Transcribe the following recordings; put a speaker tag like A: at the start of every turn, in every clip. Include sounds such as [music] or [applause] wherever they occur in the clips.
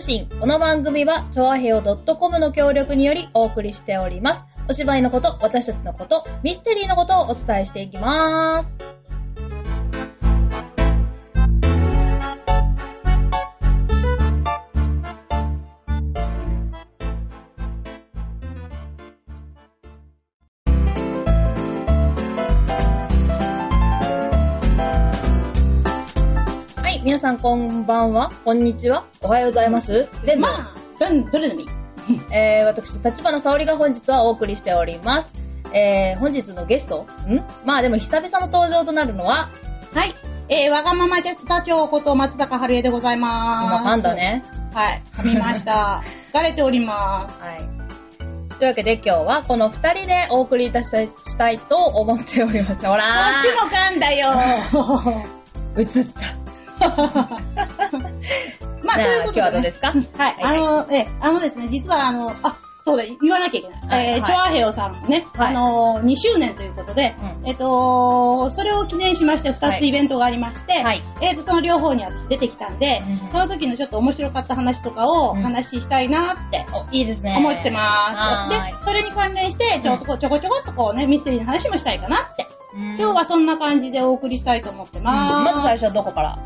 A: 信。この番組は、ちょあへよ .com の協力によりお送りしております。お芝居のこと、私たちのこと、ミステリーのことをお伝えしていきます。はい、皆さんこんばんは、こんにちは、おはようございます。全部、
B: まあ、どん、どれでもいい。
A: えー、私、立花沙織が本日はお送りしております。えー、本日のゲストんまあでも久々の登場となるのは、
B: はい。えー、わがままジェスタ長こと松坂春江でございます。
A: 今噛んだ。ね。
B: はい、噛み
A: [laughs]
B: ました。疲れております。
A: はい。というわけで今日はこの二人でお送りいたしたしたいと思っております。ほら
B: こっちも噛んだ
A: [laughs]
B: よ
A: 映った。
B: まあ、と
A: じゃあ
B: いうこ
A: 今
B: とで、ね。
A: 日はどうですか
B: んはい、
A: はい
B: あの、えー、あのですね、実はあの、あ、そうだ、言わなきゃいけない。
A: はい
B: えー、
A: はい
B: チョアヘヨさんね、
A: はい
B: あの、2周年ということで、
A: うん
B: えっ、と、それを記念しまして
A: は
B: 2つ
A: い
B: イベントがありまして、
A: はい
B: えっ、と、その両方に私出てきたんで、
A: うん
B: その時のちょっと面白かった話とかをお話ししたいなって
A: お、いいですね。
B: 思ってます。
A: はーい
B: で、それに関連して、ちょっとこうちょこちょこっとこうね、ミステリーの話もしたいかなって。
A: 今
B: 今日はそんな感じでお送りしたいと思ってま
A: まず
B: す。
A: 最初はどこから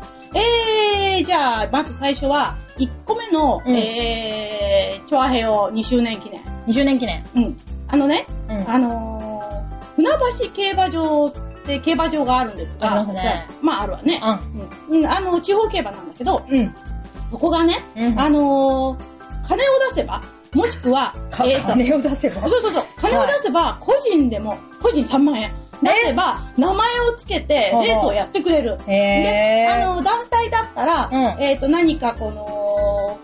B: えー、じゃあ、まず最初は、1個目の、
A: うん
B: えー、チョアヘヨ2周年記念。
A: ?2 周年記念。
B: うん。あのね、
A: うん
B: あのー、船橋競馬場って競馬場があるんですが、
A: ありますね
B: まああるわね。うん、うんあの、地方競馬なんだけど、
A: うん。うん。
B: そこがね、
A: うん
B: あのー、金を出せば、もしくは、
A: か
B: えーと
A: 金を出せば
B: そう。そうそう。金を出せば、個人でも、個人3万円。出せば、名前をつけて、
A: ほうほう
B: レースをやってくれる。
A: へ
B: で、
A: ー。
B: あの、団体だったら、
A: うん
B: えっ、と、何かこの、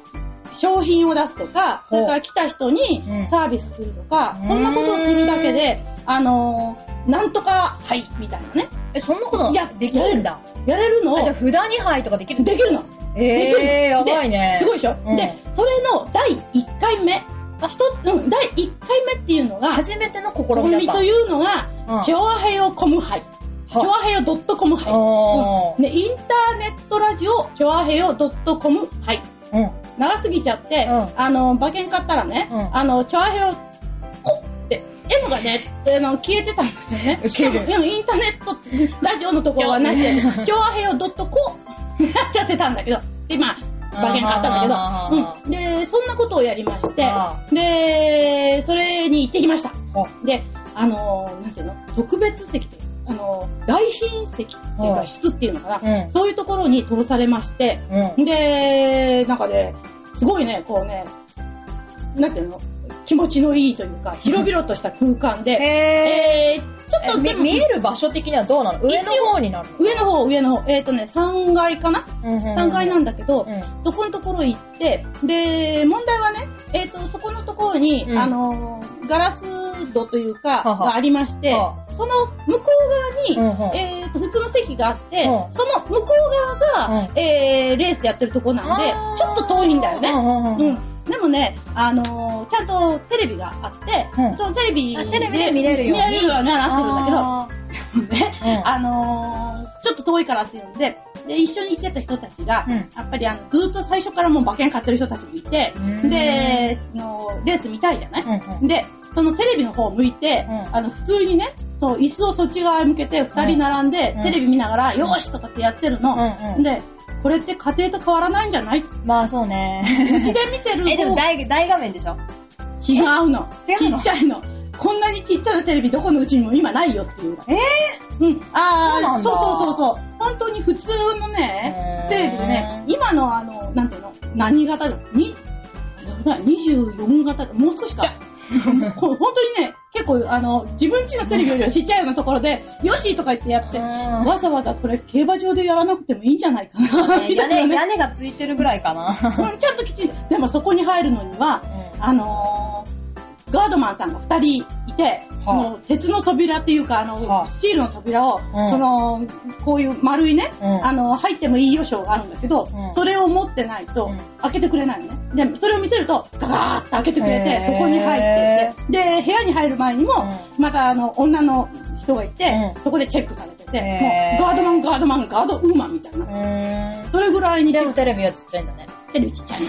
B: 商品を出すとか、
A: ほ
B: そ
A: う
B: れから来た人に
A: うん
B: サービスするとか、
A: うん
B: そんなことをするだけで、あのーなんとか、はい、みたいなね。
A: え、そんなこと
B: いや
A: できるんだ。
B: やれるのを、
A: あ、じゃあ
B: で
A: 札2杯とかできる
B: きるの。できる
A: えー、や
B: で
A: ばいね。
B: すごいでしょ、
A: うん
B: で、それの第1回目。あ、一つ、うん、第1回目っていうのが、
A: 初めての試
B: コ
A: み
B: ミ
A: だった。
B: というのが、
A: うん
B: チョアヘヨコムハイ。チョアヘヨドットコムハ
A: お
B: イ。ね、インターネットラジオ、チョアヘヨドットコムハイ。
A: ーうん。
B: 長すぎちゃって、
A: うん
B: あの、馬券買ったらね、
A: うん
B: あの、チョアヘヨ、コって、M がね、あの、消えてたんだよね。
A: ウケる
B: しかもうんインターネット、ラジオのところはなしで、チョアヘヨドットコになっちゃってたんだけど、で、まあ、馬券買ったんだ
A: あ
B: けど、うん。で、そんなことをやりまして
A: あ、
B: で、それに行ってきました。
A: お
B: で、あのーなんていうの、特別席って、あのー来賓席っていう
A: うん
B: か、室っていうのかな、
A: うん
B: そういうところに通されまして、
A: うん。
B: で、なんかね、すごいね、こうね、なんていうの、気持ちのいいというか、広々とした空間で、
A: へ
B: えー、ちょっ
A: ー。
B: と
A: み
B: でも、
A: 見える場所的にはどうなの上の方になるの
B: 上の方、上の方、えっ、ー、とね、3階かな、
A: 3
B: ?3 階なんだけど、
A: うん。
B: そこのところ行って、で、問題はね、えっ、と、そこのところに、
A: うん
B: あのー、ガラス戸というか、
A: はは
B: がありまして、
A: は
B: その向こう
A: うん
B: 側
A: うん
B: に、えっ、と、普通の席があっ
A: うん
B: て、その向こう側が、
A: う
B: えー、レースやってるとこなんで
A: あー、
B: ちょっと遠いんだよ
A: う
B: ね。
A: んうん
B: う
A: うん。
B: ん。でもね、あのー、ちゃんとテレビがあって、
A: うん
B: そのテレビ
A: あテレビで見れるように
B: 見れるようにはなってるんだけど、
A: あ
B: ね、
A: うん
B: [laughs] あのーちょっと遠いからっていうので、で、一緒に行ってた人たちが、
A: うん
B: やっぱりあの、ぐーっと最初からもう馬券買ってる人たちもいて
A: う、ん
B: で、あのレース見たいじゃない、
A: ーうんうん
B: で、そのテレビの方を向いて、
A: うん
B: あの、普通にね、そう、椅子をそっち側へ向けて二人並んで、
A: うん
B: テレビ見ながら、よーしとかってやってるの。
A: うんうん
B: で、これって家庭と変わらないんじゃないう
A: まあそうね。
B: ちで見てる
A: え、でも
B: 方が
A: 大大画面でしょ
B: 違うの。
A: え違う
B: ち
A: の
B: っちゃいの。こんなにちっちゃなテレビどこのうちにも今ないよっていう。ええうん。
A: そうな
B: ああ、
A: ん
B: そ
A: だ
B: うそうそうそう。本当に普通のね
A: へ、ー
B: テレビでね、今のあの、なんていうの、何型だに、あれだ24型だもう少しか。 [laughs] ほ本当にね、結構あの、自分家のテレビよりはちっちゃいようなところで、よしとか言ってやって、
A: うん
B: わざわざこれ競馬場でやらなくてもいいんじゃないか
A: [laughs]
B: な、み
A: 屋
B: た [laughs] いな
A: 根、
B: ね。
A: 屋根がついてるぐらいかな。
B: うんちゃんときちんと。でもそこに入るのには、あのー、ガードマンさんが2人いて、その鉄の扉っていうか、あの、
A: はあ
B: スチールの扉を、
A: うん
B: その、こういう丸いね、
A: うん
B: あの、入ってもいいよ賞があるんだけど、
A: うん
B: それを持ってないと、
A: うん
B: 開けてくれないのね。で、それを見せると、ガガーって開けてくれて
A: へ、ー
B: そこに入ってて、で、部屋に入る前にも、またあの、女の人がいて、
A: う
B: そこでチェックされてて、
A: へー
B: もう、ガードマン、ガードマン、ガードウーマンみたいな。
A: うん。
B: それぐらいに
A: で
B: チェッ
A: も
B: ク
A: テレビはちっちゃいんだね。 [laughs]
B: テレビちっちゃいの。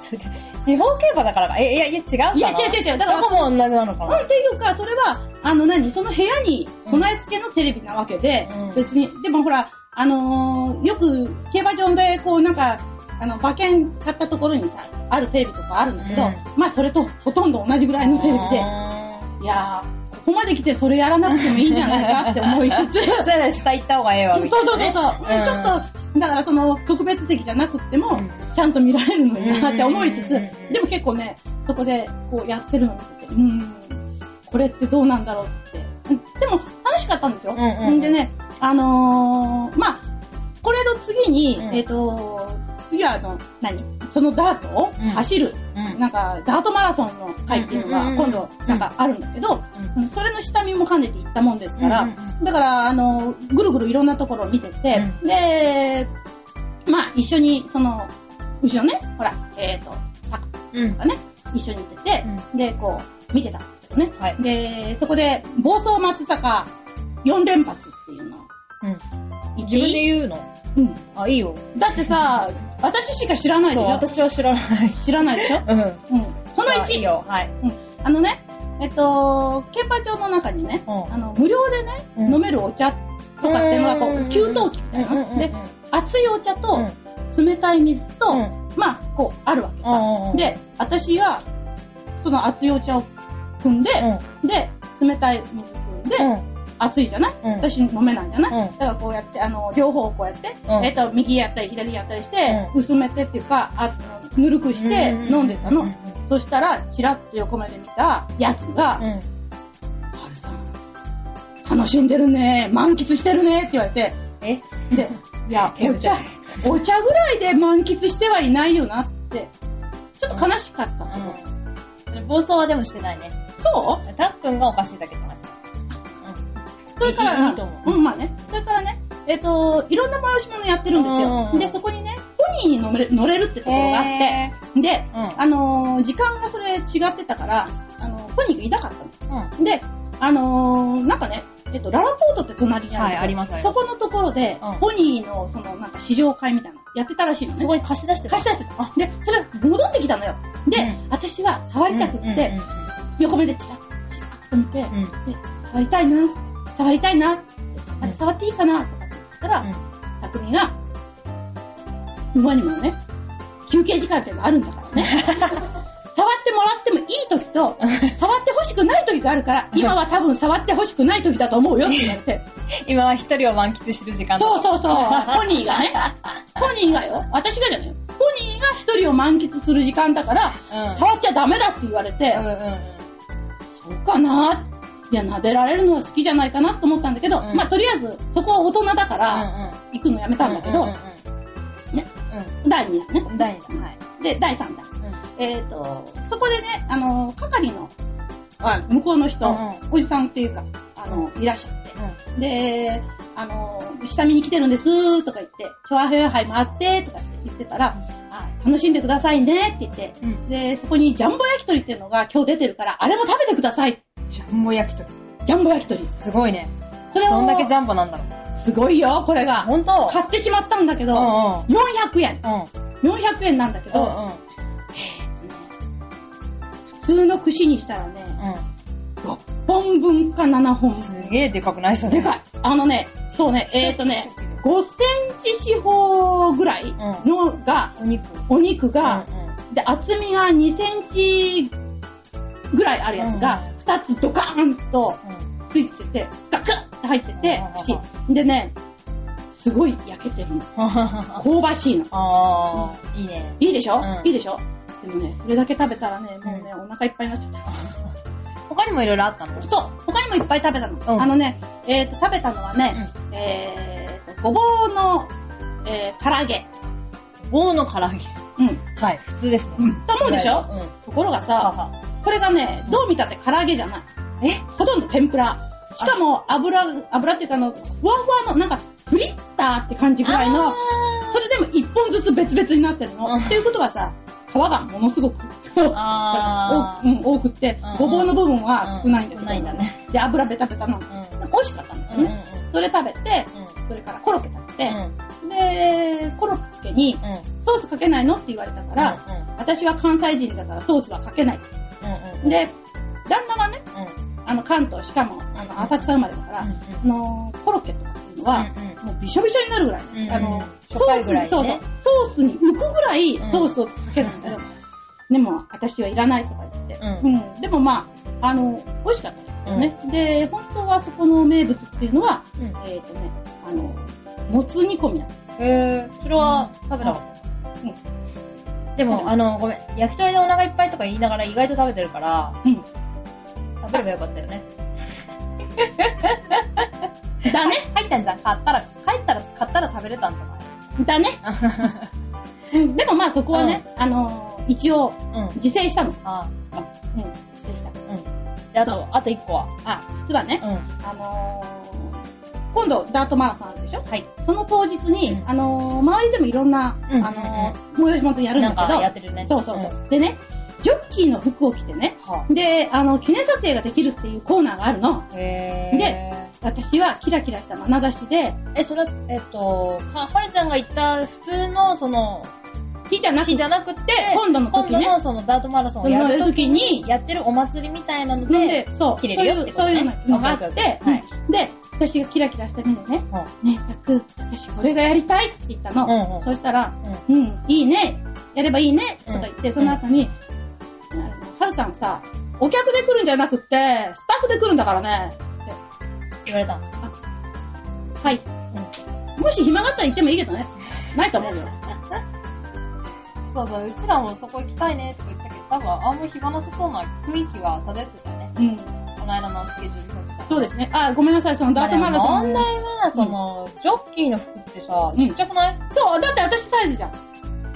A: それで地方競馬だからか。え、いや、いや、違うかな。
B: いや、違う違う違う。だから、
A: どこも同じなのか
B: うん
A: な。
B: っていうか、それは、あの何、その部屋に備え付けのテレビなわけで、
A: うん
B: 別に、でもほら、あのーよく競馬場で、こうなんか、あの、馬券買ったところにさ、あるテレビとかあるんだけど、
A: う
B: まあそれとほとんど同じぐらいのテレビで、
A: あー
B: いやー、ここまで来てそれやらなくてもいいんじゃないかって思いつつ、
A: それなら下行った方がええわ、
B: そう
A: みたい
B: そう
A: な
B: そう
A: ね。
B: そう、
A: うん
B: ちょっと、だからその特別席じゃなくっても、
A: うん
B: ちゃんと見られるのになって思いつつ、
A: うんうんうんうん
B: でも結構ね、そこでこうやってるのを見てて、うん、これってどうなんだろうって。うんでも楽しかったんですよ。
A: うんうんうん
B: でね、あのーまあ、これの次に、
A: うん
B: えっ、と、次はあの、何そのダートを
A: うん
B: 走る、
A: うん
B: なんか、ダートマラソンの会っていうの
A: うんうんう
B: が
A: ん
B: 今度なんかあるんだけど、うんそれの下見も兼ねて行ったもんですから、
A: うんうんうん
B: だから、あの、ぐるぐるいろんなところを見てて、で、まあ、一緒に、その、うちのね、ほら、えっ、と、パクと
A: うん。
B: かね、一緒に行ってて、で、こう、見てたんですけどね。
A: はい。
B: で、そこで、暴走松坂4連発っていうのを
A: うん
B: 言って
A: 自分で
B: いい、
A: 言うの
B: うん、
A: あ、いいよ。
B: だってさ、私しか知らない
A: そ
B: で
A: う、
B: しょ
A: 私は知らない。
B: 知らない
A: [laughs]
B: でしょ
A: うん。
B: うん。そ
A: じ
B: の
A: ゃあいい
B: 1、
A: よ。はい。
B: あのね、えっと、競馬場の中にね、
A: うん
B: あの、無料でね、
A: うん
B: 飲めるお茶とかっていうのがこ
A: うん
B: う、給湯器みたいなの。で、熱いお茶と、冷たい水と、
A: うん
B: まあ、こう、あるわけさ。
A: うんうん
B: で、私は、その熱いお茶を汲んで、で、冷たい水汲んで、
A: うん
B: 熱いじゃない、
A: うん
B: 私飲めないじゃない、
A: うん
B: だからこうやって、あの、両方こうやって、
A: うん
B: えっと、右やったり左やったりして、
A: う
B: 薄めてっていうか、あぬるくして
A: う
B: 飲んでたの。
A: う
B: そしたら、ちらっと横目で見たやつが、
A: うんうん
B: はるさん、楽しんでるね、満喫してるねって言われて、
A: え
B: で、いや、
A: 手
B: お
A: 打ち
B: 茶、お茶ぐらいで満喫してはいないよなって、ちょっと悲しかったの。
A: うん。暴走はでもしてないね。
B: そ
A: たっくんがおかしいだけじゃない。
B: うそれから、
A: いいと思う
B: うん、まあね、それからね、えっ、と、いろんな催し物やってるんですよ
A: う。ん
B: で、そこにね、ポニーに乗れ乗れるってところがあって、
A: へ
B: で、
A: ー
B: あのー時間がそれ違ってたから、あのポニーがいなかった
A: う
B: の。
A: ん。うん。
B: で、あのーなんかね、えっと、ララポートって隣にあるんですよ
A: はいありますありま
B: そ
A: す
B: このところで、
A: うん
B: ポニーの、その、なんか、試乗会みたいなのやってたらしいの
A: そ
B: ね。
A: こに貸し出してた
B: 貸し出してた。で、それ、戻ってきたのよ。で、
A: うん
B: 私は触りたくって、横目でチラッ、チラッと見て、
A: うんうんうん。
B: で、触りたいな、触りたいな、あれ、触っていいかな、とかって言ったら、
A: うん
B: 匠が、馬にもね、休憩時間っていうのあるんだ
A: [laughs]
B: からね。触ってもらってもいい時と、触ってほしくない時があるから、今は多分触ってほしくない時だと思うよって言われて。
A: [laughs] 今は一人を満喫してる時間だ
B: そうそ
A: [laughs]
B: うそう、ポニーがね。ポニーがよ、私がじゃないよ。ポニーが一人を満喫する時間だから、
A: うん
B: 触っちゃダメだって言われて、
A: うんうんうん。
B: そうかないや、撫でられるのは好きじゃないかなと思ったんだけど、
A: うん
B: まあとりあえず、そこは大人だか
A: うん
B: ら、
A: うん。
B: 行くのやめたんだけど、ね。第2弾ね。
A: うん。第二弾。はい。
B: で、第3弾。えっ、と、そこでね、あの、係の、あ向こうの人、
A: うんうん
B: おじさんっていうか、あの、いらっしゃって、で、あの、下見に来てるんですとか言って、チョアヘア杯回ってとかって言ってたら、あ楽しんでくださいねって言って、
A: うん。うん。
B: で、そこにジャンボ焼き鳥っていうのが今日出てるから、あれも食べてください。
A: ジャンボ焼き鳥。
B: ジャンボ焼き鳥。
A: すごいね。
B: それを、
A: どんだけジャンボなんだろう。
B: すごいよ、これが。
A: 本当
B: 買ってしまったんだけ
A: うん
B: ど、
A: うん。
B: 400円。
A: うん。
B: 400円なんだけ
A: う
B: ど、
A: んうん。
B: 普通の串にしたらね、
A: う
B: 6本分か7本
A: ん。。すげえでかくないそれ。 [laughs]
B: でかい。あのね、そうね、えっ、ー、とね、5センチ四方ぐらいのが、
A: お肉。
B: お肉が、
A: うんうん
B: で、厚みが2センチぐらいあるやつが、2つドカーンと
A: うん
B: ついてて、ガクッて入ってて、
A: うんうん
B: 串。でね、すごい焼けてるの。香ばしいの。
A: あー、いいね。
B: いいでしょ、
A: うん
B: いいでしょでもね、それだけ食べたらね、もうね、お腹いっぱいになっちゃった。
A: 他にもいろいろあったの
B: そう、他にもいっぱい食べたの。
A: うん
B: あのね、えっ、と、食べたのはね、えっ、と、ごぼうの、えー、唐揚げ。
A: 棒の唐揚げ。
B: うん。
A: はい、普通ですね。
B: と思うでしょ
A: うん。は
B: ところがさ、
A: は
B: これがね、どう見たって唐揚げじゃない。
A: え
B: ほとんど天ぷら。しかも油、油っていうかあの、ふわふわの、なんか、フリッターって感じぐらいの、それでも一本ずつ別々になってるの。
A: うん
B: っていうことはさ、皮がものすごく、
A: あ
B: 多くうん多くって
A: うんうん、
B: ごぼうの部分は少ないんだけど
A: 少ないんだね。
B: で、油ベタベタなの。
A: うん。
B: 美味しかったんだよ
A: うんうん
B: ね。それ食べて、それからコロッケ食べて、で、コロッケに
A: うん。
B: ソースかけないのって言われた
A: か
B: か、、
A: ら
B: 私は関西人だからソースはかけない。
A: うんうん。
B: で、旦那はね、
A: うん、
B: あの、関東、しかも、あの、浅草生まれだから、あの、コロッケとかっていうのは、もうびしょびしょになるぐらい、
A: うん
B: あの、
A: しょ
B: ソ
A: っぱ
B: ー
A: い
B: ス
A: ぐらいね
B: に、そうそう、ソースに浮くぐらい
A: うん
B: ソースをつけるんだけど、でも、私はいらないとか言って、
A: うん
B: でもまあ、あの、美味しかったですよね。で、本当はそこの名物っていうのは、
A: うん
B: えっ、とね、あの、もつ煮込みなの。
A: へーそれは食べなかった。でも、あの、ごめん、焼き鳥でお腹いっぱいとか言いながら意外と食べてるから、
B: うん
A: 食べればよかったよ [laughs] ね。
B: だね、
A: 入ったんじゃん買ったら、帰ったら、買ったら食べれたんじゃない
B: だね。うんでもまあそこはね、あの、一応、
A: [laughs] うん。
B: 自制したの。
A: あ
B: うん、自制した。
A: で、あと、あと1個は。
B: あ、実はね、
A: うん。
B: あのー今度、ダートマラソンあるでしょ
A: はい。
B: その当日に、
A: うん
B: あのー周りでもいろんな、
A: うん
B: あのー催し物やるん
A: な
B: だ
A: んかやっ
B: け
A: てるね。
B: ど、そうそうそう、でね、ジョッキーの服を着てね、
A: うん。は
B: で、あの、記念撮影ができるっていうコーナーがあるの。
A: あへー
B: で私はキラキラした眼差しで、
A: え、それは、えっと、は、はるちゃんが言った普通の、その、
B: 日じゃなく
A: 日
B: て、
A: じゃなくて、
B: 今度の
A: 今
B: 時
A: 度
B: ね、
A: のそのダートマラソンをやるときに、やってるお祭りみたいなの
B: なん
A: で、
B: で、そう、
A: 切れ
B: そう
A: る
B: い
A: よって
B: う、
A: こと
B: そう
A: ね
B: いうのがあっ
A: オッケー
B: て、
A: オッケーはい
B: うんで、私がキラキラした目でね、
A: は
B: ねえ、たく、私これがやりたいって言ったの。
A: うんうん
B: そしたら、うん、いいね、やればいいね、とか言って、その後に、あのはるさんさ、お客で来るんじゃなくって、スタッフで来るんだからね、
A: 言われたの。
B: はい。もし暇があったら行ってもいいけどね。ないと思うよ。
C: そうそう、うちらもそこ行きたいねとか言ってたけど、多分あんま暇なさそうな雰囲気は漂ってたよね。
B: うん。
C: この間のスケジュール表
B: そうですね。あ、ごめんなさい、そのダートマラソ
A: まあで
B: ン。
A: も問題は、その、ジョッキーの服ってさ、ちっちゃくない、
B: そう、だって私サイズじゃん。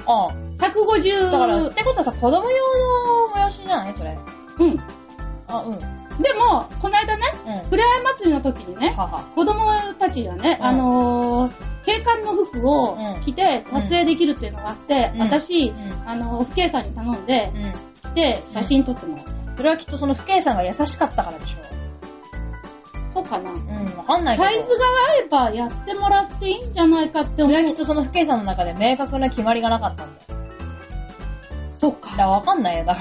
A: ああ。
B: 150。
A: だから、ってことはさ、子供用のもやしじゃないそれ。
B: うん。
A: あ、うん。うん。は
B: でも、この間ね、ふれあい祭りの時にね、
A: は。
B: 子供たちがね、
A: うん
B: あのー、警官の服を着て撮影できるっていうのがあって、
A: うん
B: 私
A: う、ん。
B: あの、父兄さんに頼んで、
A: うん。
B: 来て、写真撮ってもらった。
A: それはきっとその父兄さんが優しかったからでしょ
B: そうかな。
A: う。うん、わかんないけど。
B: サイズが合えばやってもらっていいんじゃないかって
A: そ
B: 思
A: れはきっ
B: う。
A: とその父兄さんの中で明確な決まりがなかったんだよ。
B: そっ
A: だ
B: か。
A: からわかんないよ。だか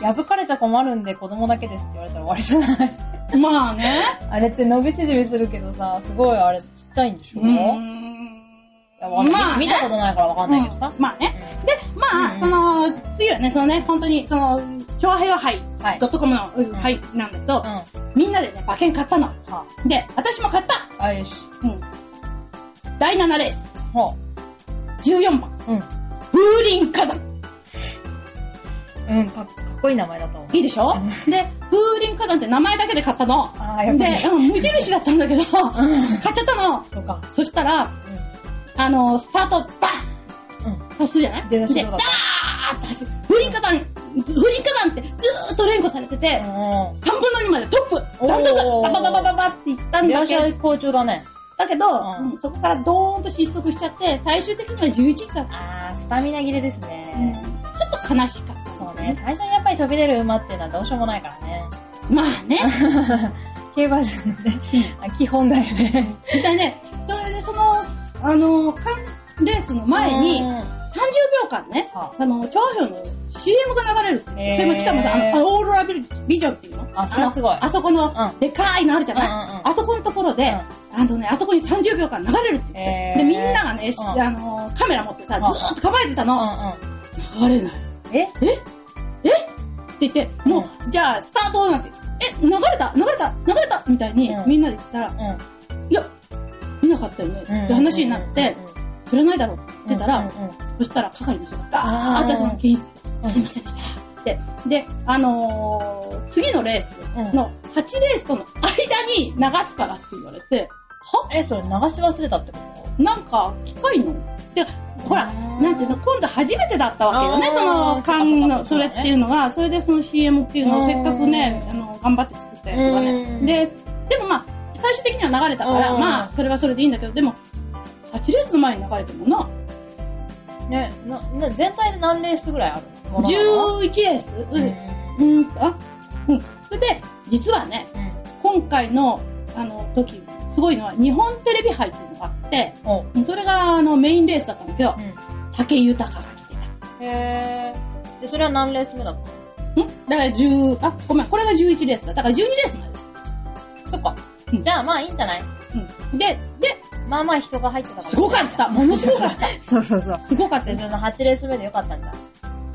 A: ら、 [laughs] 破かれちゃ困るんで子供だけですって言われたら終わりじゃない
B: まあ
A: [laughs]
B: ね。
A: あれって伸び縮みするけどさ、すごいあれちっちゃいんでしょ
B: うーん。
A: いやわかんない
B: まあね
A: 見たことないからわかんないけどさ。
B: まあね。で、まあ、
A: うん
B: その、次はね、そのね、本当に、その、超平和杯、
A: はい
B: ドットコムの、うん、
A: ん
B: 杯なんだけど
A: うん。、は
B: みんなでね、馬券買ったの。
A: あ、
B: で、私も買った
A: あ、よし。
B: うん。第7レース、
A: ほ
B: 14番、
A: う。うん。
B: 風林火山。
A: うん、かかっこいい名前だと思う。
B: いいでしょ
A: うん
B: で、風林火山って名前だけで買ったの。
A: ああ、
B: で、
A: やっぱり。
B: うん、無印だったんだけど、買っ
A: うん。
B: ちゃったの。
A: そうか。
B: そしたら、あの、スタート、バーン
A: う
B: 走るじゃない
A: 出だし
B: で、
A: どう
B: ダ
A: だった
B: ーッと走る。風林火山、風林火山ってずーっと連呼されてて、
A: うん。う
B: 3分の2までトップダントツ
A: おー
B: ババババババっていった
A: ん。
B: ん
A: 出
B: だけど、
A: 足好調だね。
B: だけど、
A: うん
B: うんそこからドーンと失速しちゃって、最終的には11位だった。
A: ああ、スタミナ切れです
B: うん
A: ね。
B: ちょっと悲しかった。
A: そうね。。最初にやっぱり飛び出る馬っていうのはどうしようもないから
B: [laughs]
A: ね。
B: まあね。
A: 競馬じゃんね。あ基本だよね。
B: みたいね、それでその、あの、カンレースの前に、
A: うん
B: 30秒間ね、
A: は
B: あの、長編の CM が流れるっていう。
A: へー
B: それもしかもさ、あの、オーロラビジョンっていうの
A: あそれすごい
B: あのあそこの
A: う、
B: でかいのあるじゃない、
A: うんうんうん
B: あそこのところで、あのね、あそこに30秒間流れるって言って、
A: へー
B: で、みんながね、し
A: うん
B: あの、カメラ持ってさ、
A: う
B: ず
A: ん
B: ーっと構えてた
A: うんう
B: の、
A: ん
B: 流れない。
A: うん。え
B: って言って、もう、じゃあ、スタートなんて、え、流れた流れた流れたみたいに、
A: うん
B: みんなで言ったら、
A: うん。
B: いや、見なかったよね、
A: うん
B: って話になって、、それないだろうって言ってたら、
A: うんうんうん
B: そしたら係の人がガー
A: あー
B: ッとその検
A: うん
B: 出、すいませんでした、つって。で、あのー、次のレースの8レースとの間に流すからって言われて、は
A: え、それ流し忘れたってこと
B: なんか、機械ので、ほら、なんていうの、今度初めてだったわけよね
A: あ、ー
B: その、缶の、
A: そ
B: そう
A: かそうかそ
B: れ
A: うか
B: っていうのが、それでその CM っていうの
A: う
B: を
A: ん
B: せっかくね、あの、頑張って作ったやつが
A: う
B: ね。
A: ん
B: で、でもまあ、最終的には流れたから、
A: うん
B: まあ、それはそれでいいんだけど、でも、8レースの前に流れてもな、
A: ね、な、な、全体で何レースぐらいあるの
B: 11レース、
A: う
B: うんん、うーんと、あ、うん。それで、実はね、
A: うん。
B: 今回の、あの、時、すごいのは、日本テレビ杯っていうのがあって、
A: おう
B: それが、あの、メインレースだったんだけど
A: う、ん。
B: 竹豊が来て
C: へー。
A: で、それは何レース目だったの
B: んだから10、あ、ごめん、これが11レースだ。だから12レースまで。
A: そっか
B: う。ん
A: じゃあまあいいんじゃない
B: うん。で、で、
A: まあまあ人が入ってたから。
B: すごかった。ものすごかった。
A: [laughs] そうそうそう。
B: すごかった
A: で、
B: よ
A: その8レース目でよかったんだ。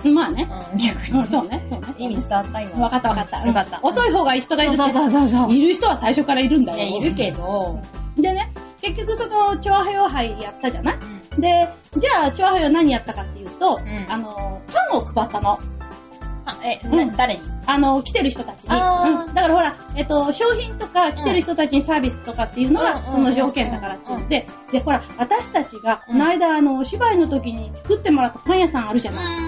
B: まあね。
A: うん、逆
B: う
A: に
B: ん。そうね。そうね。
A: 意味伝わった今。
B: わかったわかった。
A: よかった。
B: うん遅い方が人がいるって
A: そうそうそうそう。い
B: いる人は最初からいるんだよ。
A: や、いるけど、
B: でね、結局その、調和用杯やったじゃない
A: うん
B: で、じゃあ、調和杯は何やったかっていうと、
A: ん
B: あの、パンを配ったの。
A: あえ、
B: うん
A: な誰に
B: あの、来てる人たちに。
A: あー
B: うんだからほら、えっと、商品とか来てる人たちにサービスとかっていうの
A: うん
B: が、その条件だからって言って、で、ほら、私たちが、この間、あの、お芝居の時に作ってもらったパン屋さんあるじゃ
A: う
B: ない、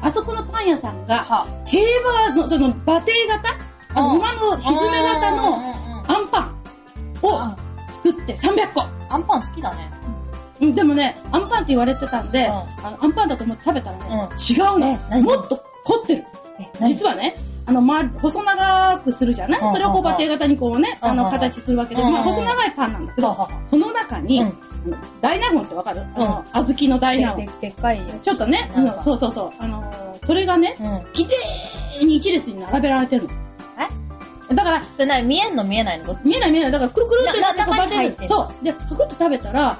A: ん。
B: あそこのパン屋さんが、
A: は
B: 競馬の、その、馬蹄型あの
A: うん
B: 馬のひずめ型
A: うん
B: の
A: うんうん
B: アンパンを
A: あ
B: 作って300個。
A: アンパン好きだね。
B: うんでもね、アンパンって言われてたんで、
A: うん
B: あのアンパンだと思って食べたらね、
A: う
B: 違う
A: え何
B: の。もっと凝ってる。実はね、あの、ま、細長くするじゃない、
A: うん
B: それをこう、馬蹄型にこうね、
A: うん
B: あ
A: う
B: の、
A: ん
B: 形するわけで、
A: うん
B: まあ、細長いパンなんだけ
A: は
B: ど、
A: はは。
B: その中に、
A: う
B: あ
A: ん
B: の大納言ってわかるあの、小豆の大納
A: で
B: 言。
A: ででっかいやつ。
B: ちょっとね、
A: なんか
B: うんそうそうそう、あのーそれがね、
A: うん。
B: 綺麗に一列に並べられてるの。だから、
A: それな、見えんの見えないのどっち
B: 見えない見えない。だから、くるくるって
A: なな
B: こう
A: 中に入ってる
B: そう。で、パクッと食べたら、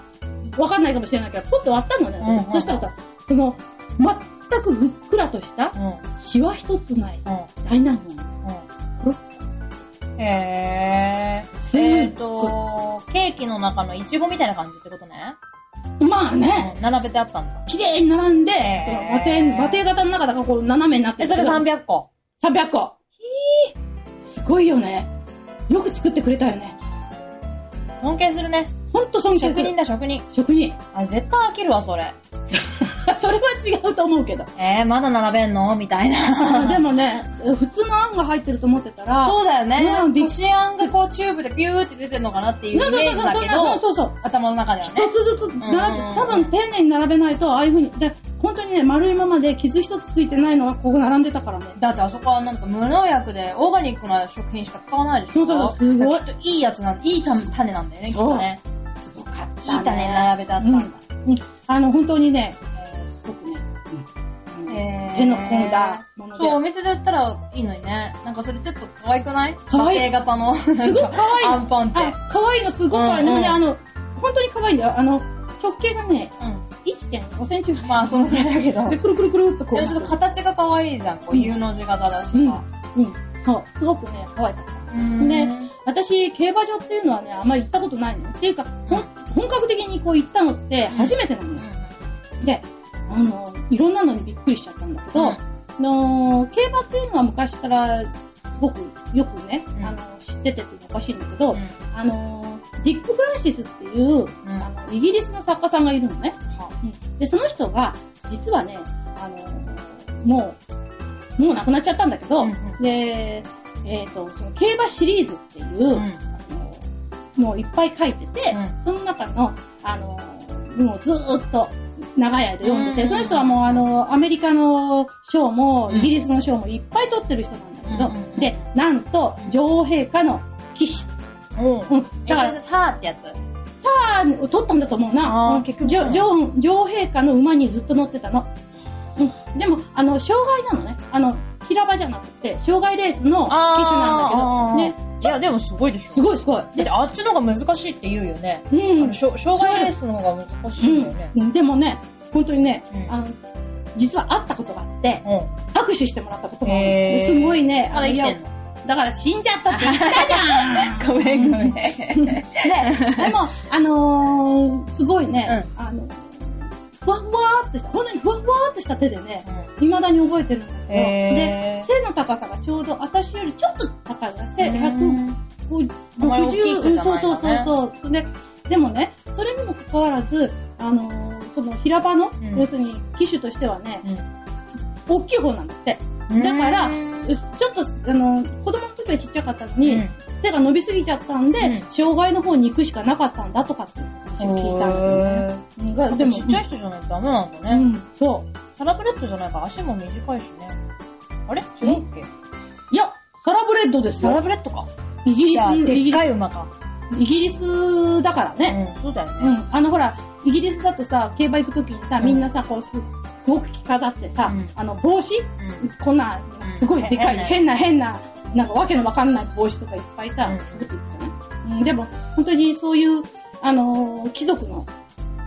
B: わかんないかもしれないけど、ポッと割ったのね。
A: うんうんうん
B: そしたらさ、その、全くふっくらとした、
A: うん。
B: シワ一つない
A: うん。
B: 大難問。
A: うん。へ
B: す
A: ー。
B: っごい
A: えっと、ケーキの中のイチゴみたいな感じってことね。
B: まあね、
C: [laughs]
A: うん並べてあったんだ。
B: 綺麗に並んで、
A: へー
B: その馬蹄、馬蹄型の中だからこう斜めになって
A: え、
B: る
A: そ
B: け
A: れ
B: ど
A: 300個。
B: 300個。すごいよね。よく作ってくれたよね。
A: 尊敬するね。
B: ほんと尊敬
A: 職
B: す
A: 人
B: る。
A: だ、職人。
B: 職人。
A: あ、絶対飽きるわ、それ。
B: [laughs] それは違うと思うけど。
A: えー、まだ並べんのみたいな。
B: [laughs] でもね、普通のあんが入ってると思ってたら、
C: そうだよ
B: うん
C: ね。
B: びっ
C: こしあんがこうチューブでピューって出てるのかなっていうイメ
B: そうそう
C: ージ
B: そう
C: だ
B: そ
C: け
B: んなそう
C: ど、
B: そうそう。
C: 頭の中ではね
B: 一。つずつ並べ
A: うん、
B: 多分丁寧に並べないと、ああいう風に、で、本当にね、丸いままで傷一つついてないのがここ並んでたからね。
C: だってあそこはなんか無農薬でオーガニックな食品しか使わないでしょ。
B: そうそうすごい
C: だからきっといいやつなんいい種種なんだよね、きっとね。
B: すごかっ
C: いい種並べてあったんだ。
B: うんあの、本当にね、えーすごくね、うん
C: へー
B: 手の込んだもので。
C: そう、お店で売ったらいいのにね。なんかそれちょっと可愛くない
B: 可愛い
C: 家庭型の。
B: すごく可愛い
C: ア
B: の。
C: ンパンって。
B: あ、可愛いのすごく可愛い。
C: うんうん
B: でもね、あの、本当に可愛いんだよ。あの、直径がね、
C: う
B: 1.5センチぐら
C: ん。
B: い。
C: まあ、そのぐらいだけど。
B: で、
C: で
B: くるくるくるっとこう。
C: もちょっと形が可愛いじゃん。こ
B: う
C: う、
B: ん
C: U の字型だし
B: うん
C: さ。。
B: うん。そう、すごくね、可愛かった。
C: うん
B: ね私、競馬場っていうのはね、あんまり行ったことないの。っていうか、ほん本格的にこう行ったのって初めてなの
C: うん
B: よ。で、あの、いろんなのにびっくりしちゃったんだけど、あの競馬っていうのは昔からすごくよくね、
A: ん
B: あの、知っててっていうのおかしいんだけど、
C: うん
B: あの、ディック・フランシスってい
A: う
B: う、
A: ん
B: あの、イギリスの作家さんがいるのね。
A: は
B: うんで、その人が、実はね、あの、もう、もう亡くなっちゃったんだけど、
A: うんうん
B: で、えっ、と、その競馬シリーズっていう、
A: うん。うん。
B: あのもういっぱい書いてて、
A: うん
B: その中の、あの、もうずーっと長い間読んでて、
A: うん
B: その人はもうあの、アメリカの賞も、
A: うん
B: イギリスの賞もいっぱい取ってる人なんだけど、
A: うん
B: で、なんと、女王陛下の騎士。
A: おう
B: うん
A: え、
B: だ
A: そ
B: か
A: れ
B: ら、
A: さ
B: さ
A: さあってやつ。
B: あ、取ったんだと思うな。
A: あー
B: うん
A: 結局
B: 女女王女王陛下の馬にずっと乗ってたの。うんでも、あの、障害なのね。あの、平場じゃなくて、障害レースの騎手なんだけど、ね、
A: ね。いや、でもすごいでしょ。
B: すごいすごい。
A: だってあっちの方が難しいって言うよね。
B: う
A: あ
B: ん
A: の、しょ障害レースの方が難しいんだよね。
B: うん、でもね、本当にね、
A: うん
B: あの、実は会ったことがあって、
A: うん。
B: 握手してもらったこともある
A: へー
B: ですごいね、
C: まだ
B: あ
C: 生
B: の
C: きて
B: い
C: ん
B: や
C: の
B: だから死んじゃったって言ったじゃん
A: [laughs] ごめんごめん。
B: で、でも、あのー、すごいね、あの、ふわふわーっとした、本当にふわふわーっとした手でね、未だに覚えてるんだけど、
A: へー
B: で、背の高さがちょうど私よりちょっと高いわ、背100こう
A: あまり大きい
B: 60、
A: 人じゃ
B: そ
A: な
B: う
A: いの
B: そう
A: ね
B: そうそう。で、でもね、それにもかかわらず、あのーその平場の、
A: ん
B: 要するに機種としてはね、大きい方なんだって。
A: うん
B: だから
A: うん
B: うすちょっと、あのー子供の時はちっちゃかったのに、
A: うん
B: 背が伸びすぎちゃったんで、
A: うん
B: 障害の方に行くしかなかったんだとかっていう話を聞いたんだよね。
A: へ
B: うんが
A: ー
B: で
A: で
B: も、
A: もちっちゃい人じゃないとダメなんだ
B: う
A: ね。
B: ん、そう。
A: サラブレッドじゃないから足も短いしね。あれ違うっけ
B: いや、サラブレッドです
A: サラ
B: よ。
A: ブレッドか。
B: イギリ
A: じゃあ、
B: ス、イ
A: でっ
B: ギリ
A: か
B: ス
A: い馬か。
B: イギリスだからね。
A: うん、そうだよ
B: う
A: ね。
B: ん、あのほら、イギリスだとさ、競馬行くときにさ、みんなさ、こうす、すごく着飾ってさ、
C: うん
B: あの、帽子
C: うん。
B: こんな、すごいでかい、
C: うん
B: 変な変な、なんかわけのわかんない帽子とかいっぱいさ、
C: うん
B: 作っていくじゃない、うん、でも、本当にそういう、あのー貴族の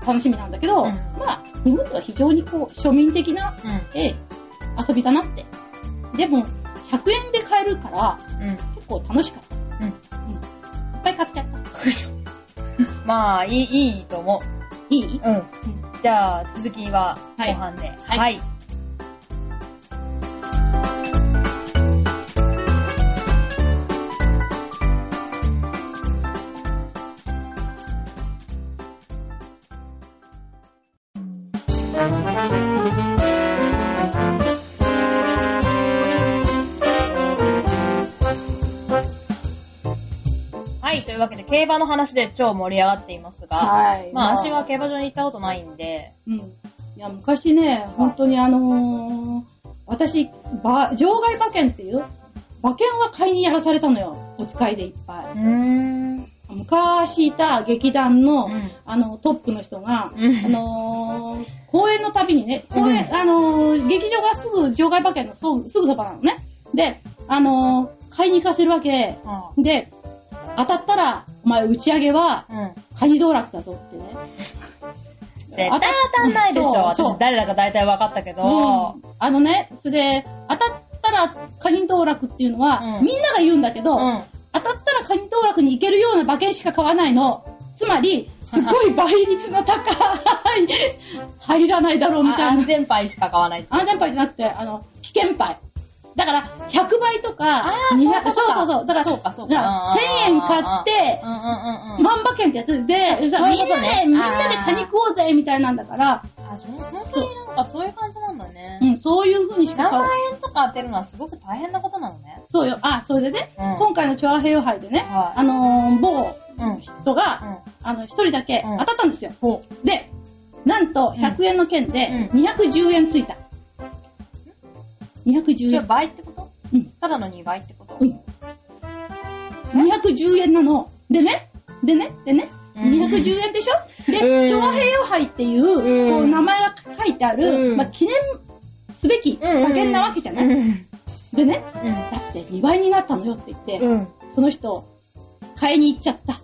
B: 楽しみなんだけど、
C: うん
B: まあ、日本では非常にこう、庶民的な、
C: う
B: ええ遊びだなって。でも、100円で買えるから、
C: ん。うん。
B: 結構楽しかった。
C: うん
B: うんいっぱい買っちゃった。
A: まあ、いい、いいと思。
B: いいう
A: うん。じゃあ、続きは後半で。
B: はい
A: はいはい、というわけで、競馬の話で超盛り上がっていますが、
B: はい
A: まあ、私は競馬場に行ったことないんで、
B: うん。いや、昔ね、本当にあのー私、ば、場外馬券っていう、馬券は買いにやらされたのよ。お使いでいっぱ
A: うーん。
B: い。昔いた劇団の、
C: うん
B: あの、トップの人が、
A: うん
B: あのー公演のたびにね、公演、あのー劇場がすぐ場外馬券のそうすぐそばなのね。で、あのー買いに行かせるわけ。
C: あ
B: で、当たったら、お前打ち上げは、
C: うん。
B: カニ道楽だぞってね。
A: 絶対当たんないでしょ。
B: そうそう
A: 私、誰だか大体分かったけど。
B: うんあのね、それで、当たったらカニ道楽っていうのは、
C: うん
B: みんなが言うんだけど、
C: うん。
B: 当たったらカニ道楽に行けるような馬券しか買わないの。つまり、すっごい倍率の高い、 [laughs] 入らないだろうみ
A: あ
B: たい
A: 安
B: な。
A: 全牌しか買わない。
B: 安全牌じゃなくて、あの、危険牌。だから、100倍とか、
A: ー
B: 200
A: そう
B: そう
A: か
B: そうそう。だから、
A: そうかそうか
B: だら1000円買
A: あー
B: って
A: う、んうんうんうん。
B: 万馬券ってやつで、みん
A: そう
B: な
A: いうことね
B: で、みんなでカニ食おうぜみたいなんだから、
C: あ、そう本当になんかそういう感じなんだね
B: う。ん、そういう風にしか
C: 何
B: 買わ
C: 万円とか当てるのはすごく大変なことなのね。
B: そうよ。あ、それでね、
C: うん
B: 今回のチョアヘヨ杯でね、
C: はい
B: あのー某
C: うん。
B: 人が、あの、一人だけ
C: うん
B: 当たったんですよ。で、なんと
C: うん
B: 100円の券で
C: う
B: 210円ついた。210
C: じゃあ
B: 円。
C: 倍ってこと
B: うん。
C: ただの2倍ってこと
B: うん210円なの。でね、でね、でね、
C: うん
B: 210円でしょ
A: うん
B: で、チョアヘヨ杯っていう、
A: うん
B: こう、名前が書いてある、
A: うん
B: まあ、記念すべき
A: うんうん
B: 馬券なわけじゃ
A: う
B: ない、
A: ん。
B: でね、
A: うん。
B: だって2倍になったのよって言って、
A: うん。
B: その人、買いに行っちゃった。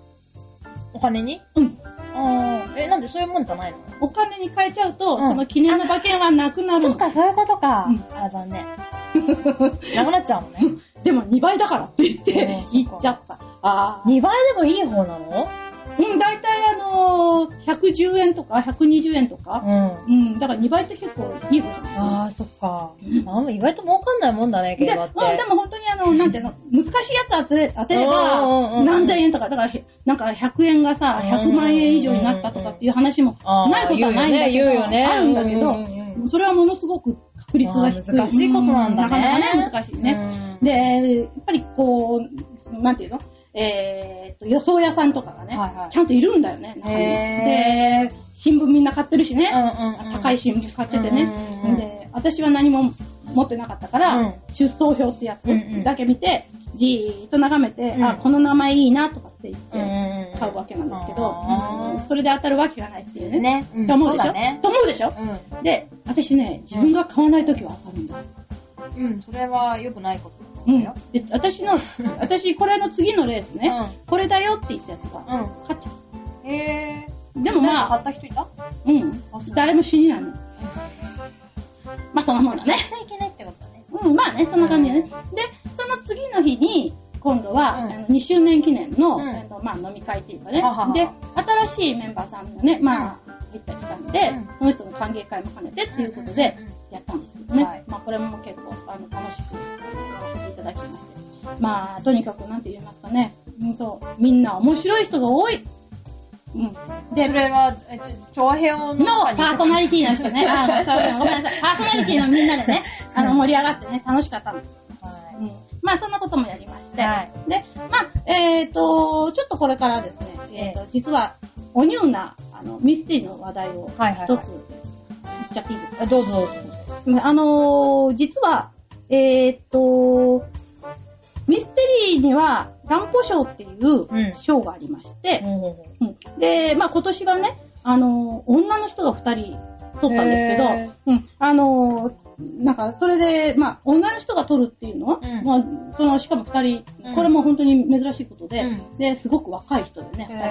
A: お金に
B: うん。
A: ああ。え、なんでそういうもんじゃないの
B: お金に変えちゃうと、
A: うん
B: その記念の馬券はなくなる
A: そう
B: の。
A: か、そういうことか
B: うん。
A: あら、残
B: [laughs]
A: 念。なくなっちゃうのね。
B: でも2倍だからって言って
A: うん、
B: 行っちゃった。ああ。
A: 2倍でもいい方なの
B: うん、だいたいあのー、110円とか120円と
A: う
B: か。
A: ん。
B: うん、だから2倍って結構いい方じゃない
A: ああ、そっか。あんま意外と儲かんないもんだね、競
B: で、
A: 馬
B: う
A: っ
B: ん、
A: て。
B: でも本当にあの、なんていうの、難しいやつ当て当てれ
A: うんうんうんう
B: ば、
A: ん
B: 何千円とか、だから、へなんか100円がさ、100万円以上になったとかっていう話も
A: あー
B: ないことはないんだけど、
A: 言うよね、
B: あるんだけど、
A: うううん
B: それはものすごく確率が低
A: あー
B: い。
A: 難しいことなんだね
B: なかなかね、難しいね。
A: ね。
B: で、やっぱりこう、そのなんていうのえー、と、予想屋さんとかが
C: は
B: ね、
C: いはい
B: ち。ゃんといるんだよね、中
A: へ
B: に。で、新聞みんな買ってるしね、
A: うんうんうん。
B: 高い新聞買っててね、
A: うんうんうん
B: で、私は何も持ってなかったから、
A: うん
B: 出走表ってやつ
A: うんうん
B: だけ見て、じーっと眺めて、
A: うん
B: あ、この名前いいなとかって
A: う
B: 言
A: んう
B: って、
A: んうん。
B: 買うわけなんですけど、
C: あー
B: うんそれで当たるわけがないっていうね。
C: ね。
B: と思うでし
C: そだ
B: ょ、
C: ね。
B: と思うでしょ
C: う
B: で、私ね、自分が買わないときは当たるんだ。
C: ん。うん、それは良くないことだと
B: う
C: 思
B: ん
C: うよ。。
B: で、私の、私、これの次のレース
C: う
B: ね、
C: ん。
B: これだよって言ったやつが、買っちゃっ
C: うん。へえ。
B: た。でもまあ
C: 買、った人いた
B: うん。誰も死にないの。まあ、そんなもんだ
C: 買
B: ね。
C: っちゃいけないってことだね。
B: うん、まあね、そんな感じだね。で、その次の日に、今度は、
C: うん
B: あの2周年記念の、
C: うん
B: えっとまあ、飲み会っていうかね
C: あはは、
B: で、新しいメンバーさんがね、まあ、入ったりしたんで、
C: うん
B: その人の歓迎会も兼ねてっていうこと
C: う
B: で
C: んうんうん、
B: やったんですけどね。
C: はい
B: まあ、これも結構、あの、楽しくやらせていただきまして。まあ、とにかく、なんて言いますかね、うんと、みんな面白い人が多い。うん。で
C: そ、れは、え、ちょ、長編を
B: のパーソナリティの人ね。あのそうごめんなさい。パーソナリティのみんなでね、あの、盛り上がってね、楽しかったんです。
C: は
B: うん。まあ、そんなこともやりまして。
C: はい
B: で、まあ、えっ、と、ちょっとこれからですね、えっ、と、実は、おニューな、あの、ミスティの話題を
A: はいはいはい
B: 一つ言っちゃっていいですか、
A: あどうぞどうぞ。
B: あのー実は、えっ、と、ミステリーには、乱歩賞っていう
A: うん
B: 賞がありまして、
A: うんうんうん
B: うんで、まあ今年はね、あのー女の人が2人撮ったんですけど、
A: へー
B: うん、あのーなんか、それで、まあ、女の人が撮るっていうのは、
C: うん
B: まあ、その、しかも二人
C: うん、
B: これも本当に珍しいことで、
C: うん
B: で、すごく若い人でね、二人とも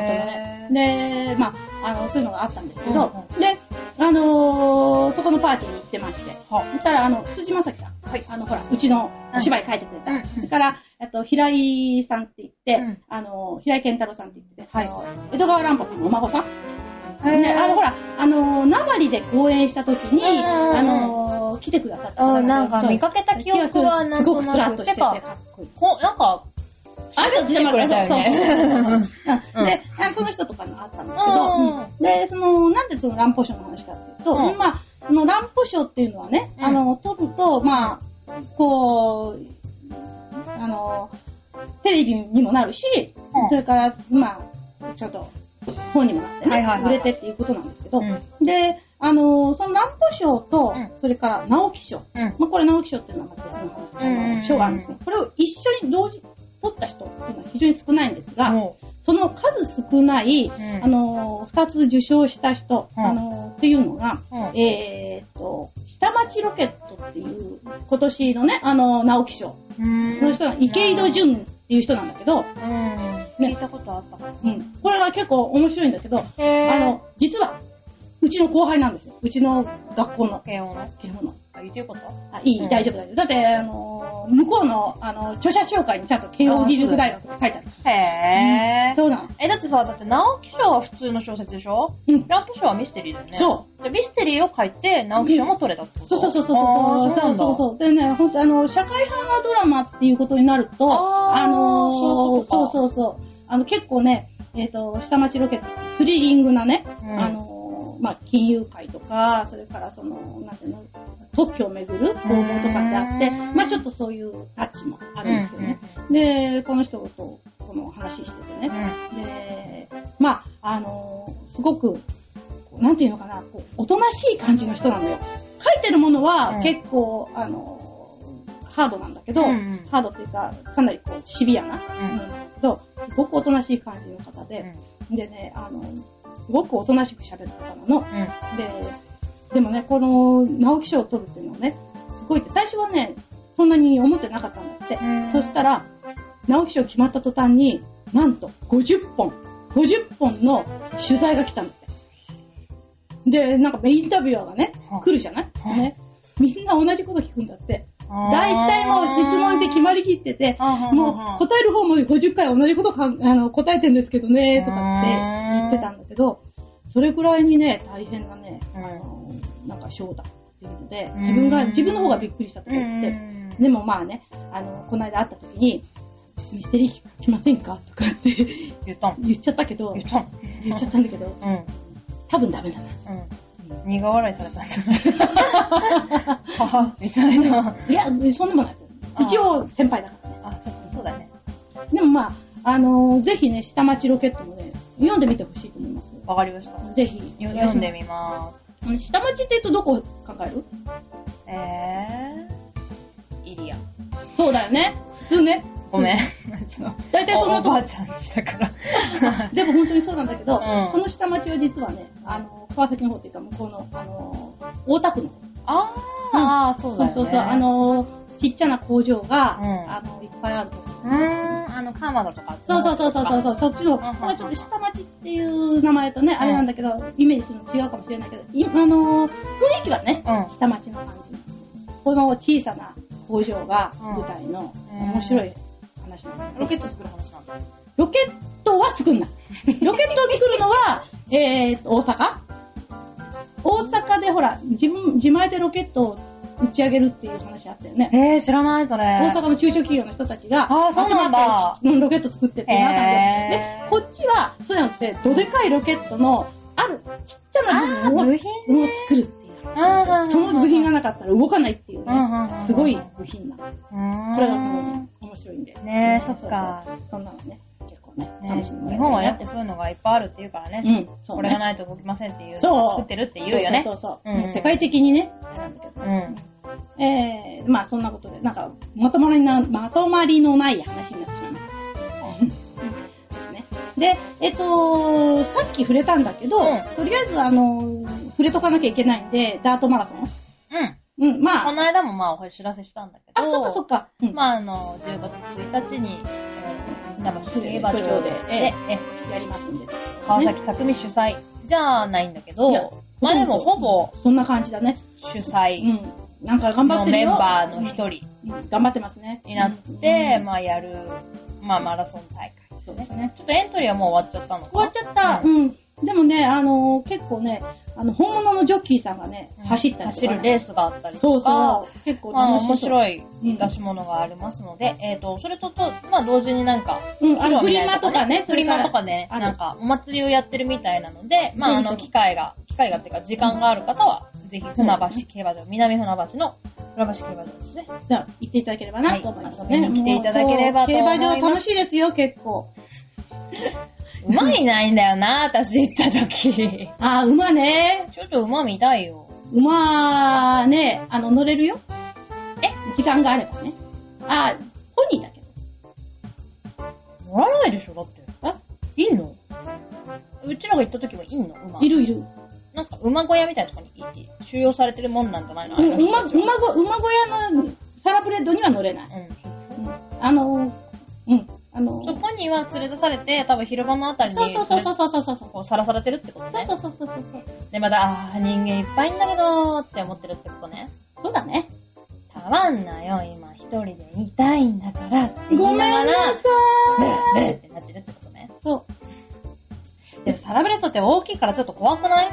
B: ね。で、まあ、あの、そういうのがあったんですけど、
C: うん
B: で、あのーそこのパーティーに行ってまして、
C: は
B: そしたら、あの、辻正樹さん、
C: はい
B: あの、ほら、うちのお芝居書いてくれた、
C: うん
B: それから、えっと、平井さんって言って、
C: うん
B: あの、平井健太郎さんって言って、
C: はい
B: あの江戸川乱歩さんのお孫さん、
C: へー
B: ね、あの、ほら、あの、鉛で公演した時に、
A: うんうんうん
B: あの、来てくださった
A: あ
B: 方
A: ー
B: 々
A: なんか見かけた記憶はなん
B: すご
A: と
B: くスラ
A: なく。
B: ッとして
A: て
B: て、か
A: か、
B: っこいい。
A: こう、なんか、
B: あれ
A: 来てくれたよね。
B: うんで、 [laughs] あその人とかにもあったんですけど、
A: うん
B: うんで、その、なんでその乱歩賞の話かっていうと、
A: うん
B: まあ、その乱歩賞っていうのはね、
C: うん
B: あの、取ると、まあ、こう、あの、テレビにもなるし、
C: うん
B: それから、まあ、ちょっと、本にもなってね、
A: はいはいはい
B: 売れてっていうことなんですけど、
C: うん
B: で、あの、その乱歩賞と、
C: うん
B: それから直木賞、
C: うん
B: まあ、これ直木賞っていうのはまた別の話、あ
C: うんうんう
B: の
C: ん
B: 賞があるんですけど、これを一緒に同時に取った人っていうのは非常に少ないんですが、
A: も
B: その数少ない、
C: うん
B: あのー、二つ受賞した人、
C: うん
B: あのー、っていうのが、
C: うん
B: えーっと、下町ロケットっていう、今年のね、あのー、直木賞
C: うん
B: の人の池井戸潤っていう人なんだけど、
C: うん聞いたことあったかも
B: うん、これが結構面白いんだけど、
C: へー
B: あの、実は、うちの後輩なんですよ。うちの学校の
C: 慶応の
B: 慶応の。
C: あ言ってよかった
B: あ、いい、
C: うん
B: 大丈夫、大丈夫。だって、あのー、向こうの、あの、著者紹介にちゃんと慶応義塾大学って書いてある。
C: へえ、
B: そうなの。
C: え、だってさ、だって直木賞は普通の小説でしょ
B: うん
C: ランプ賞はミステリーだよね。
B: そう。
C: う。じゃあミステリーを書いて、直木賞も取れたってこと
B: そうそうそうそう
C: あ
B: そ
C: ーそう
B: う
C: な
B: そ
C: んだ
B: うそうそう。でね、本当あの、社会派ドラマっていうことになると、
C: あー
B: あの
C: そういうこと
B: ーそう
C: か
B: そうそう。あの、結構ね、えっ、と、下町ロケット、スリリングなね、
C: うん
B: あのーまあ、金融界とか、それからその、なんていうの、特許をめぐる攻防とかってあって
C: うん、
B: まあ、ちょっとそういうタッチもあるんですよね。で、この人と、この話しててね
C: う、ん。
B: で、まあ、あのーすごく、こうなんていうのかな、こう、おとなしい感じの人なのよ。書いてるもの
C: う
B: は
C: ん
B: 結構、あのーハードなんだけど、
C: うんうん
B: ハードっていうか、かなりこう、シビアな、うんだけど、すごくおとなしい感じの方で、でね、あのーすごくおとなしく喋る方なの。で、でもね、この、直木賞を取るっていうのはね、すごいって、最初はね、そんなに思ってなかったんだって。
C: うん。
B: そしたら、直木賞決まった途端に、なんと50本、50本の取材が来たんだって。で、なんかインタビュアーがね
C: は、い
B: 来るじゃない、
C: はい
B: ね、みんな同じこと聞くんだって。
C: あー、
B: 大体もう質問で決まりきってて、もう
C: っ
B: 答える方も50回同じことかんあの答えてんですけどね、とかって言ってたんだけど、それぐらいにね、大変なね、
C: うん
B: あのなんか賞だっていうので、自分が、自分の方がびっくりしたと
C: う
B: こ言
C: ん
B: って、でもまあね、あの、この間会った時に、ミステリー書きませんかとかって [laughs]
C: 言ったん。
B: 言っちゃったけど
C: 言、ったん。
B: 言っちゃったんだけど、
C: うん。
B: 多分ダメだな。
C: うん。苦笑いされたんじゃない [laughs]
B: [laughs]
C: はは、みたいな。
B: いや、そんでもないですよ。
C: あー
B: 一応先輩だからね。
C: あ、そっかそうだね。
B: でもまあ、あのぜひね、下町ロケットもね、読んでみてほしいと思います。
C: わかりました。
B: ぜひ、
C: よ読 [laughs] んでみます。
B: うん下町って言うとどこ考える
C: えー、イリア。
B: そうだよね。普通ね。
C: ごめん。 [laughs]
B: 大体そんなと
C: おば
B: こ
C: あちゃんちだから。
B: でも本当にそうなんだけど、
C: ん
B: この下町は実はね、あの、川崎の方っていうか、向こうの、あの大田区の方
C: あー、あーそうだ
B: そ
C: よ
B: う
C: ね。
B: そうそう、あ、のーちっちゃな工場が、
C: うん
B: あの、いっぱいあるとこ。
C: うーん、あの、カーマだとか。
B: そうそうそうそうそう
C: う。
B: そう、そっち
C: ん
B: の、
C: うんう
B: ま
C: ん
B: あちょっと下町っていう名前とね、
C: ん
B: あれなんだけど、イメージするの違うかもしれないけど、いあのー雰囲気はね、
C: うん。
B: 下町の感じ。この小さな工場が舞台の
C: うん
B: 面白い話なんだけど
C: ロケット作る話なんだ。
B: ロケットは作
C: [laughs]
B: んない。ロケットを作るのは、えー、と大阪大阪でほら、自分、自前でロケットを打ち上げるっていう話あったよね。
C: えー、知らない、それ。
B: 大阪の中小企業の人たちが、
C: あーそうなんだ
B: 集まってロケット作ってってなったんだよ。
C: へー
B: で、こっちは、そうじゃなくて、どでかいロケットの、ある、ちっちゃな部分を、
C: 部品
B: を作るっていう
C: あー
B: 話。その部品がなかったら動かないっていう
C: うんうん
B: ね
C: うんうん、
B: すごい部品なの。これがもう
C: ね
B: ね、面白いんで。
C: ねえ
B: うん
C: そっか。
B: うそうそんなのね、結構ね、楽しんで
C: 日
B: もらえるよ
C: 本
B: う
C: は
B: に
C: や
B: な
C: っ
B: って
C: ぱそういうのがいっぱいあるっていうから
B: う
C: ね。
B: ん、そう
C: これが
B: ね。
C: ないと動きませんっていう。
B: そう
C: 作ってるって言うよね
B: そ。うそうそう。
C: うん
B: もう世界的にね、あれなんだけどね。えー、まあそんなことで、なんか、まとまりな、まとまりのない話になってしまいま [laughs] した。ねで、えっと、さっき触れたんだけど、
C: うん
B: とりあえずあの、触れとかなきゃいけないんで、ダートマラソン。
A: うん。
B: うん、ま
A: こ
B: あ、
A: の間もまあお知らせしたんだけど、
B: あ、そっかそっか。うん、
A: まああの、10月1日に、えー、稲葉競馬場で、
B: え
A: で、え、
B: やりますんで。
A: 川崎匠主催じゃないんだけ
B: いや
A: ど、まあでもほぼ
B: そんな感じだね。
A: 主
B: う
A: 催
B: ん。なんか頑張っ
A: の
B: てる
A: メン
B: よ。
A: バーの一人
B: うん頑張ってますね。
A: になって、まあやる、まあマラソン大会です
B: そうで
A: ね
B: す。ね。
A: ちょっとエントリーはもう終わっちゃったのか
B: 終わっ
A: な
B: ちゃった。うん。でもね、あのー結構ね、あの、本物のジョッキーさんがね、走ったりと
A: 走
B: かね
A: るレースがあったり
B: そ
A: と
B: う
A: か、
B: そう。結構
A: まあ
B: 楽
A: 面
B: しそう。
A: 白い出し物がありますので、えっと、それとと、まあ同時になんか、
B: うん、あの、フリマとかね、そ
A: フリ
B: れか
A: マ
B: ら
A: と。かね、
B: ある
A: なんかお祭りをやってるみたいなので、まああ
B: ぜ
A: の
B: ひ
A: 機会が、機会がっていうか時間がある方は、ぜひ船橋競馬場、南船橋の船橋競馬場ですね。
B: じゃあ、行っていただければなと思います
A: はい遊
B: ね。
A: びに来ていただければと思います
B: もうそう競馬場楽しいですよ、結構。
A: 馬いないんだよ
B: [laughs]
A: な、私行った時。
B: あー、馬ね。
A: ちょっと馬見たいよ。
B: 馬ね、あの、乗れるよ。
A: え
B: 時間があればね。あー、ポニーだけど。
A: 乗らないでしょ、だって。
B: あ
A: いんのうちらが行った時はいんの馬。
B: いるいる。
A: なんか馬小屋みたいなとこにいい収容されてるもんなんじゃないのあ
B: うん
A: の人
B: 馬、
A: たちは
B: 馬小馬小屋のサラブレッドには乗れない。
A: うん。
B: あの、うん、あ
A: そう
B: の、
A: ポニーは連れ出されて、多分広場のあたりに
B: そうそうそうそうそうそうそう。
A: こうさらされてるってこと
B: そう
A: ね。
B: そうそうそうそう。
A: で、まだ、あー人間いっぱいいんだけどーって思ってるってことね。
B: そうだね。
A: たまんなよ、今、一人でいたいんだからって言
B: ごめ
A: い
B: ん
A: なが
B: な
A: ら、
B: さ
A: ブ
B: い。
A: ーブーってなってるってことね。
B: そう。
A: でもサラブレッドって大きいからちょっと怖くない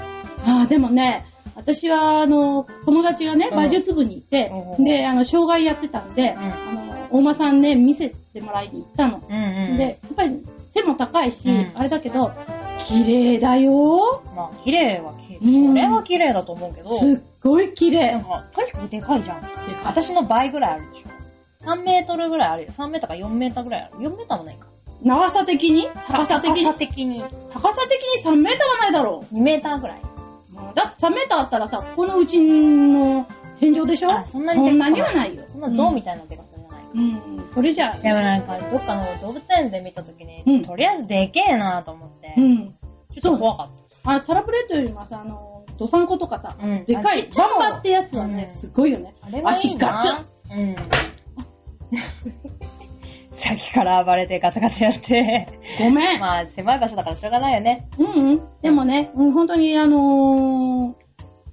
B: ああ、でもね、私は、あの、友達がね、
A: うん
B: 馬術部にいて、
A: うん
B: で、あの、障害やってたんで、
A: うん
B: あの、大間さんね、見せてもらいに行ったの。
A: うん
B: で、やっぱり背も高いし、
A: うん
B: あれだけど、綺麗だよ。
A: まあ、綺麗は綺
B: う
A: 麗。
B: ん
A: それは綺麗だと思うけど、
B: すっごい綺
A: なん
B: 麗。
A: か、とにかくでかいじゃん。私の倍ぐらいあるでしょ。3メートルぐらいあるよ。3メーターか4メーターぐらいある。4メーターもないか。
B: 長さ的に高さ
A: 高
B: 的
A: さ
B: に
A: 的に
B: 高さ的に3メーターはないだろ
A: 2メーターぐらい。
B: う。だって3メーターあったらさ、ここのうちの天井でしょ
A: あそんなにでっかい
B: はないよ。
A: そんな象みたいなでかさじゃない。
B: いうん、うんそれじゃあ、
A: でもなんか、どっかの動物園で見たときに、
B: うん
A: とりあえずでけえなと思って、
B: うん。
A: ちょっと怖かっ
B: あ、サラブレッドよりもさ、あの、ドサンコとかさ、
A: た。うん
B: でか
A: あち
B: い
A: っ、ちゃ
B: バ
A: いの
B: ンバってやつはね、
A: うん
B: すごいよね。
A: あれはいいな
B: 足ガ
A: ツうん。 [laughs] さっきから暴れてガタガタやって、
B: [laughs] ごめん。
A: まあ、狭い場所だからしょうがないよね。
B: うんうん。でもね、うん、本当にあのー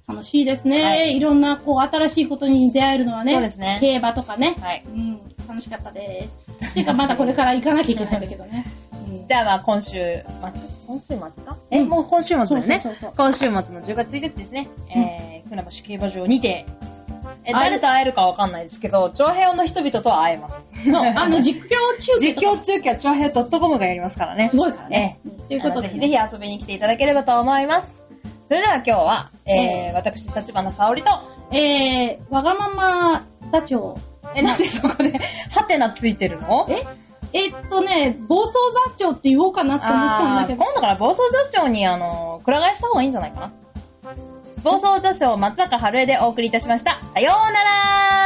B: 楽しいですね、
A: はい
B: い。ろんな、こう、新しいことに出会えるのはね、
A: そうですね。
B: 競馬とかね、
A: はい。
B: うん、楽しかったです。ていうか、まだこれから行かなきゃいけないんだけどね。うん
A: じゃあまあ、今週末、今週末かえ、
B: うん
A: もう今週末だ
B: [laughs] そ
A: よ
B: う
A: ね。
B: そうそうそう。
A: 今週末の10月1日ですね、えー、船橋競馬場にて、え、
B: 会え
A: 誰と会えるかわかんないですけど、長平の人々とは会えます。
B: の
A: [laughs]
B: あの、実況中継
A: 実
B: とか
A: 況中継は長平 .com がやりますからね。
B: すごいからね。うんと
A: とい
B: い
A: うう
B: こ
A: ことと
B: で
A: で、
B: ね、
A: ぜひ遊びに来ていただければと思います。それでは今日は、えー、私、立花沙織と、
B: えー、わがまま座長。
A: え、
B: [laughs]
A: なんでそこで、ハテナついてるの
B: ええっとね、暴走座長って言おうかなと思ったんだ
A: あ
B: け
A: ー
B: ど、
A: 今度から暴走雑賞に、あの、くら替えした方がいいんじゃないかな。暴走雑賞松坂春江でお送りいたしました。さようなら